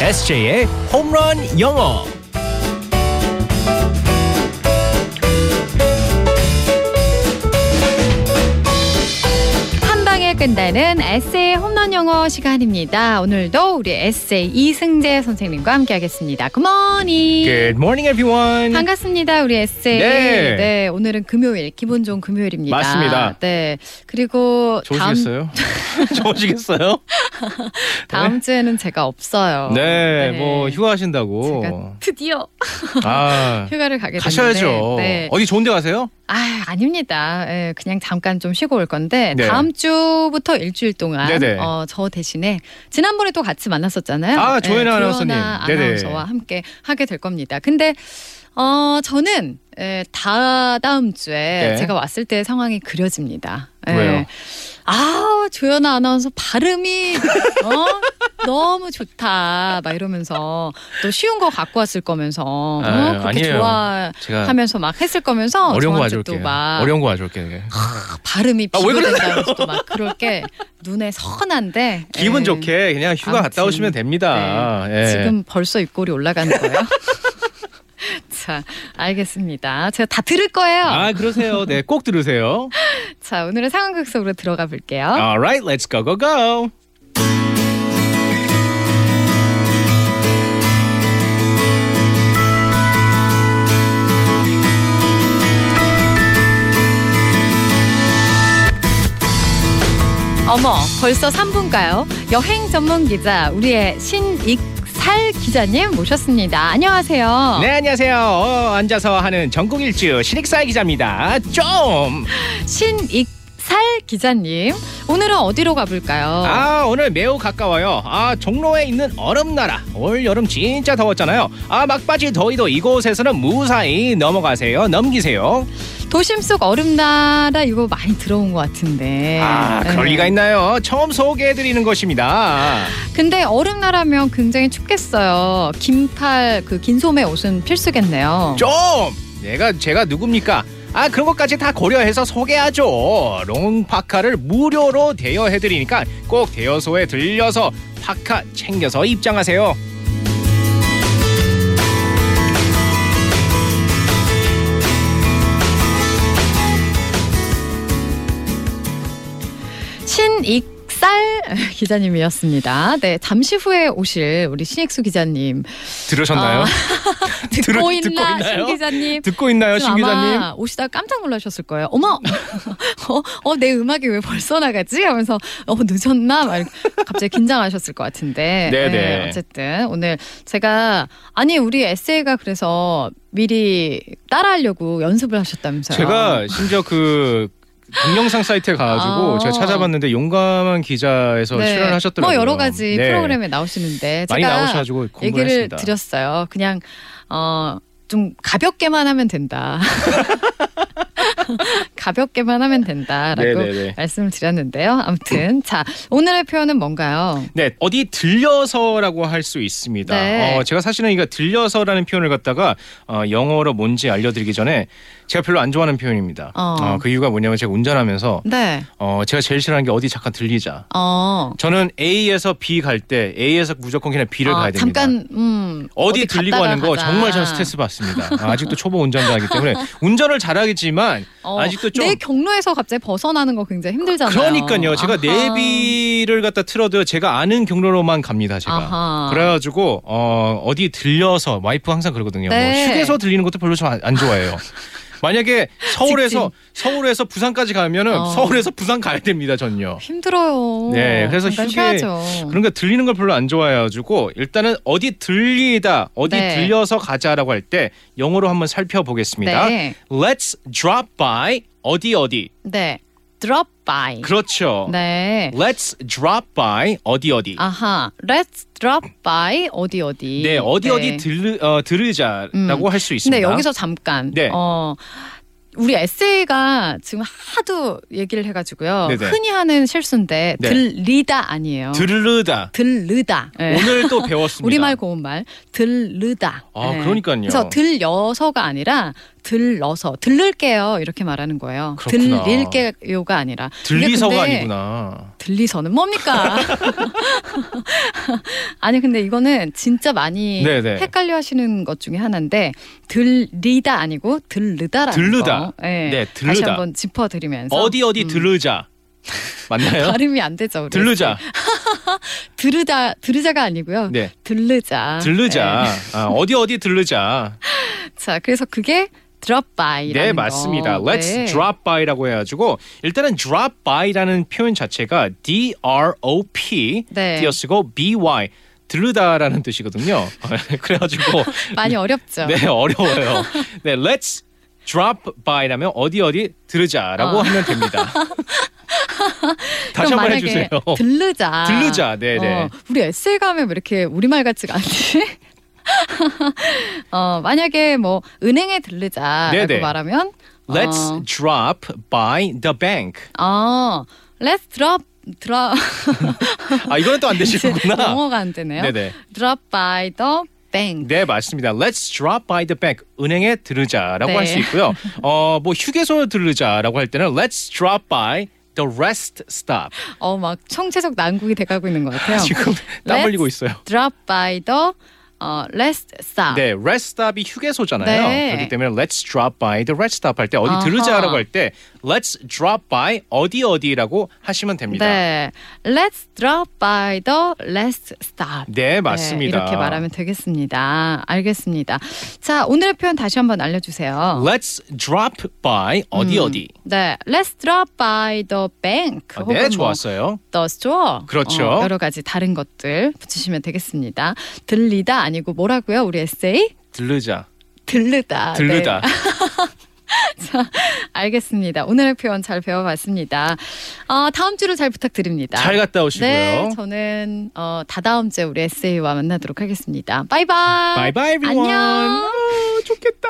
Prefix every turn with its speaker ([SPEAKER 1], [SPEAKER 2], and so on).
[SPEAKER 1] SJ의 홈런 영어.
[SPEAKER 2] 한 방에 끝나는 에세이 홈런 영어 시간입니다. 오늘도 우리 에세이 이승재 선생님과 함께하겠습니다. 굿모닝.
[SPEAKER 1] Good morning, everyone.
[SPEAKER 2] 예. 반갑습니다, 우리 에세이.
[SPEAKER 1] 예. 네.
[SPEAKER 2] 네, 오늘은 금요일, 기분 좋은 금요일입니다.
[SPEAKER 1] 맞습니다.
[SPEAKER 2] 네, 그리고 다음
[SPEAKER 1] 좋으시겠어요? 좋으시겠어요?
[SPEAKER 2] 다음 주에는 제가 없어요.
[SPEAKER 1] 네, 뭐 휴가하신다고.
[SPEAKER 2] 제가 드디어
[SPEAKER 1] 아
[SPEAKER 2] 휴가를 가게
[SPEAKER 1] 가셔야죠.
[SPEAKER 2] 됐는데, 네.
[SPEAKER 1] 어디 좋은데 가세요?
[SPEAKER 2] 아, 아닙니다. 예, 그냥 잠깐 좀 쉬고 올 건데
[SPEAKER 1] 네.
[SPEAKER 2] 다음 주부터 일주일 동안
[SPEAKER 1] 네네.
[SPEAKER 2] 어, 저 대신에 지난번에 또 같이 만났었잖아요.
[SPEAKER 1] 아,
[SPEAKER 2] 예,
[SPEAKER 1] 조현아 아나운서님. 네네.
[SPEAKER 2] 아나운서와 함께 하게 될 겁니다. 근데 어, 저는 예, 다 다음 주에
[SPEAKER 1] 네.
[SPEAKER 2] 제가 왔을 때 상황이 그려집니다. 예.
[SPEAKER 1] 왜요?
[SPEAKER 2] 아, 조현아 아나운서 발음이 어? 너무 좋다. 막 이러면서 또 쉬운 거 갖고 왔을 거면서 어,
[SPEAKER 1] 아유,
[SPEAKER 2] 그렇게
[SPEAKER 1] 아니에요.
[SPEAKER 2] 좋아
[SPEAKER 1] 제가
[SPEAKER 2] 하면서 막 했을 거면서
[SPEAKER 1] 그러니까 어려운 거
[SPEAKER 2] 저한테 또
[SPEAKER 1] 가져올게요.
[SPEAKER 2] 막
[SPEAKER 1] 어려운 거 가져올게요.
[SPEAKER 2] 발음이
[SPEAKER 1] 아, 왜 그러세요?
[SPEAKER 2] 비교된다면서 또 막 그럴 게 눈에 선한데
[SPEAKER 1] 기분
[SPEAKER 2] 예.
[SPEAKER 1] 좋게 그냥 휴가 갔다
[SPEAKER 2] 아무튼, 네.
[SPEAKER 1] 오시면 됩니다. 예.
[SPEAKER 2] 지금 벌써 입꼬리 올라가는 거예요. 자, 알겠습니다. 제가 다 들을 거예요.
[SPEAKER 1] 아 그러세요. 네, 꼭 들으세요.
[SPEAKER 2] 자, 오늘의 상황극 속으로 들어가 볼게요.
[SPEAKER 1] Alright, let's go go go.
[SPEAKER 2] 어머, 벌써 3분가요? 여행 전문 기자 우리의 신익살 기자님 모셨습니다. 안녕하세요.
[SPEAKER 1] 네 안녕하세요. 어, 앉아서 하는 전국 일주 신익사 기자입니다. 좀.
[SPEAKER 2] 신익살 기자님, 오늘은 어디로 가볼까요?
[SPEAKER 1] 아 오늘 매우 가까워요. 아 종로에 있는 얼음 나라. 올 여름 진짜 더웠잖아요. 아 막바지 더위도 이곳에서는 무사히 넘어가세요. 넘기세요.
[SPEAKER 2] 도심 속 얼음나라 이거 많이 들어온 것 같은데.
[SPEAKER 1] 아 그럴
[SPEAKER 2] 네.
[SPEAKER 1] 리가 있나요? 처음 소개해드리는 것입니다.
[SPEAKER 2] 근데 얼음나라면 굉장히 춥겠어요. 긴팔 그 긴 소매 옷은 필수겠네요.
[SPEAKER 1] 좀. 내가 제가 누굽니까? 아 그런 것까지 다 고려해서 소개하죠. 롱파카를 무료로 대여해드리니까 꼭 대여소에 들려서 파카 챙겨서 입장하세요.
[SPEAKER 2] 신익살 기자님이었습니다. 네, 잠시 후에 오실 우리 신익수 기자님.
[SPEAKER 1] 들으셨나요?
[SPEAKER 2] 아, 듣고
[SPEAKER 1] 들으- 듣고
[SPEAKER 2] 있나
[SPEAKER 1] 있나요?
[SPEAKER 2] 신 기자님?
[SPEAKER 1] 듣고 있나요, 네, 신
[SPEAKER 2] 지금 아마
[SPEAKER 1] 기자님?
[SPEAKER 2] 오시다 깜짝 놀라셨을 거예요. 어머, 어, 어, 내 음악이 왜 벌써 나가지? 하면서 어 늦었나? 막 이렇게 갑자기 긴장하셨을 것 같은데.
[SPEAKER 1] 네네.
[SPEAKER 2] 어쨌든 오늘 제가 아니 우리 에세이가 그래서 미리 따라하려고 연습을 하셨다면서요.
[SPEAKER 1] 제가 심지어 그 동영상 사이트에 가가지고
[SPEAKER 2] 아.
[SPEAKER 1] 제가 찾아봤는데 용감한 기자에서
[SPEAKER 2] 네.
[SPEAKER 1] 출연을 하셨더라고요.
[SPEAKER 2] 뭐 여러 가지
[SPEAKER 1] 네.
[SPEAKER 2] 프로그램에 나오시는데
[SPEAKER 1] 많이
[SPEAKER 2] 제가
[SPEAKER 1] 나오셔가지고 공부를
[SPEAKER 2] 얘기를
[SPEAKER 1] 했습니다.
[SPEAKER 2] 드렸어요. 그냥 어. 좀 가볍게만 하면 된다. 가볍게만 하면 된다라고
[SPEAKER 1] 네네네.
[SPEAKER 2] 말씀을 드렸는데요. 아무튼 자 오늘의 표현은 뭔가요?
[SPEAKER 1] 네, 어디 들려서라고 할 수 있습니다.
[SPEAKER 2] 네.
[SPEAKER 1] 어, 제가 사실은 이거 들려서라는 표현을 갖다가 어, 영어로 뭔지 알려드리기 전에 제가 별로 안 좋아하는 표현입니다.
[SPEAKER 2] 어.
[SPEAKER 1] 어, 그 이유가 뭐냐면 제가 운전하면서
[SPEAKER 2] 네.
[SPEAKER 1] 어, 제가 제일 싫어하는 게 어디 잠깐 들리자.
[SPEAKER 2] 어.
[SPEAKER 1] 저는 A에서 B 갈 때 A에서 무조건 그냥 B를
[SPEAKER 2] 어,
[SPEAKER 1] 가야 됩니다.
[SPEAKER 2] 잠깐 음
[SPEAKER 1] 어디 들리고
[SPEAKER 2] 갔다가
[SPEAKER 1] 하는 거
[SPEAKER 2] 가자.
[SPEAKER 1] 정말 저는 스트레스 받습니다. 아, 직도 초보 운전자이기 때문에 운전을 잘하겠지만
[SPEAKER 2] 어,
[SPEAKER 1] 아직도 좀
[SPEAKER 2] 내 경로에서 갑자기 벗어나는 거 굉장히 힘들잖아요.
[SPEAKER 1] 그러니까요. 제가
[SPEAKER 2] 아하.
[SPEAKER 1] 내비를 갖다 틀어도 제가 아는 경로로만 갑니다. 제가
[SPEAKER 2] 아하.
[SPEAKER 1] 그래가지고 어, 어디 들려서 와이프 항상 그러거든요.
[SPEAKER 2] 네.
[SPEAKER 1] 뭐 휴게소 들리는 것도 별로 좀 안 좋아해요. 만약에 서울에서 서울에서 부산까지 가면은
[SPEAKER 2] 어.
[SPEAKER 1] 서울에서 부산 가야 됩니다. 전요.
[SPEAKER 2] 힘들어요.
[SPEAKER 1] 네, 그래서
[SPEAKER 2] 잠깐
[SPEAKER 1] 휴게-
[SPEAKER 2] 쉬어야죠.
[SPEAKER 1] 그러니까 들리는 걸 별로 안 좋아해가지고 일단은 어디 들리다 어디
[SPEAKER 2] 네.
[SPEAKER 1] 들려서 가자라고 할 때 영어로 한번 살펴보겠습니다.
[SPEAKER 2] 네.
[SPEAKER 1] Let's drop by 어디 어디.
[SPEAKER 2] 네. drop by.
[SPEAKER 1] 그렇죠.
[SPEAKER 2] 네.
[SPEAKER 1] Let's drop by 어디 어디.
[SPEAKER 2] 아하. Let's drop by 어디 어디.
[SPEAKER 1] 네 어디
[SPEAKER 2] 네.
[SPEAKER 1] 어디 들, 어, 들으자라고 할 수 있습니다.
[SPEAKER 2] 근데 여기서 잠깐.
[SPEAKER 1] 네.
[SPEAKER 2] 어. 우리 에세이가 지금 하도 얘기를 해가지고요.
[SPEAKER 1] 네네.
[SPEAKER 2] 흔히 하는 실수인데
[SPEAKER 1] 네.
[SPEAKER 2] 들리다 아니에요.
[SPEAKER 1] 들르다 네.
[SPEAKER 2] 들르다. 예.
[SPEAKER 1] 오늘 또 배웠습니다.
[SPEAKER 2] 어. 우리말 고운말 들르다.
[SPEAKER 1] 아,
[SPEAKER 2] 예.
[SPEAKER 1] 그러니까요.
[SPEAKER 2] 그래서 들려서가 아니라 들러서 들를게요 이렇게 말하는 거예요.
[SPEAKER 1] 그렇구나.
[SPEAKER 2] 들릴게요가 아니라 이게
[SPEAKER 1] 들리서가
[SPEAKER 2] 근데
[SPEAKER 1] 아니구나.
[SPEAKER 2] 들리서는 뭡니까? 아니 근데 이거는 진짜 많이
[SPEAKER 1] 네네.
[SPEAKER 2] 헷갈려 하시는 것 중에 하나인데 들리다 아니고 들르다라는
[SPEAKER 1] 들르다.
[SPEAKER 2] 거. 네.
[SPEAKER 1] 네,
[SPEAKER 2] 다시
[SPEAKER 1] 들르다.
[SPEAKER 2] 한번 짚어 드리면서
[SPEAKER 1] 어디 어디
[SPEAKER 2] 음.
[SPEAKER 1] 들르자 맞나요?
[SPEAKER 2] 발음이 안 되죠. 우리.
[SPEAKER 1] 들르자.
[SPEAKER 2] 들으다 들으자가 아니고요.
[SPEAKER 1] 네.
[SPEAKER 2] 들르자.
[SPEAKER 1] 들르자. 아, 어디 어디 들르자.
[SPEAKER 2] 네. 자, 그래서 그게 drop by라는
[SPEAKER 1] 네,
[SPEAKER 2] 거.
[SPEAKER 1] 맞습니다. Let's
[SPEAKER 2] 네.
[SPEAKER 1] drop by라고 해가지고 일단은 drop by라는 표현 자체가 D R O P
[SPEAKER 2] 네.
[SPEAKER 1] 띄어쓰고 B Y 들르다라는 뜻이거든요. 그래가지고
[SPEAKER 2] 많이 어렵죠.
[SPEAKER 1] 네 어려워요. 네, Let's drop by라면 어디 어디 들르자라고
[SPEAKER 2] 어.
[SPEAKER 1] 하면 됩니다. 다시
[SPEAKER 2] 그럼
[SPEAKER 1] 한번
[SPEAKER 2] 만약에
[SPEAKER 1] 해주세요.
[SPEAKER 2] 들르자.
[SPEAKER 1] 들르자, 네네.
[SPEAKER 2] 어, 우리 에세이 가면 왜 이렇게 우리말 같지가 않지? 어, 만약에 뭐 은행에 들르자라고
[SPEAKER 1] 네네.
[SPEAKER 2] 말하면
[SPEAKER 1] Let's
[SPEAKER 2] 어,
[SPEAKER 1] drop by the bank.
[SPEAKER 2] 어, let's drop drop
[SPEAKER 1] 아 이거는 또 안 되시는구나.
[SPEAKER 2] 네. 영어가 안 되네요.
[SPEAKER 1] 네네.
[SPEAKER 2] drop by the bank.
[SPEAKER 1] 네 맞습니다. Let's drop by the bank 은행에 들르자라고
[SPEAKER 2] 네.
[SPEAKER 1] 할 수 있고요. 어뭐 휴게소 들르자라고 할 때는 Let's drop by the rest stop.
[SPEAKER 2] 어, 막 청체적 난국이 돼가고 있는 것 같아요.
[SPEAKER 1] 지금 땀
[SPEAKER 2] Let's
[SPEAKER 1] 흘리고 있어요.
[SPEAKER 2] drop by the 어, let's stop.
[SPEAKER 1] 네, rest stop이 휴게소잖아요.
[SPEAKER 2] 네.
[SPEAKER 1] 그렇기 때문에 Let's drop by the rest stop 할 때 어디
[SPEAKER 2] 아하.
[SPEAKER 1] 들르자라고 할 때 Let's drop by 어디 어디라고 하시면 됩니다.
[SPEAKER 2] 네. Let's drop by the last stop.
[SPEAKER 1] 네, 맞습니다.
[SPEAKER 2] 네, 이렇게 말하면 되겠습니다. 알겠습니다. 자, 오늘의 표현 다시 한번 알려주세요.
[SPEAKER 1] Let's drop by 어디 어디.
[SPEAKER 2] 네, let's drop by the bank.
[SPEAKER 1] 아,
[SPEAKER 2] 혹은
[SPEAKER 1] 네,
[SPEAKER 2] 뭐
[SPEAKER 1] 좋았어요.
[SPEAKER 2] the store.
[SPEAKER 1] 그렇죠.
[SPEAKER 2] 어, 여러 가지 다른 것들 붙이시면 되겠습니다. 들리다 아니고 뭐라고요? 우리 에세이?
[SPEAKER 1] 들르자,
[SPEAKER 2] 들르다. 네.
[SPEAKER 1] 들르다.
[SPEAKER 2] 알겠습니다. 오늘의 표현 잘 배워봤습니다. 어, 다음 주로 잘 부탁드립니다.
[SPEAKER 1] 잘 갔다 오시고요.
[SPEAKER 2] 네, 저는 어, 다다음 주에 우리 에세이와 만나도록 하겠습니다. 바이바이.
[SPEAKER 1] Bye bye everyone.
[SPEAKER 2] 안녕.
[SPEAKER 1] 아, 좋겠다.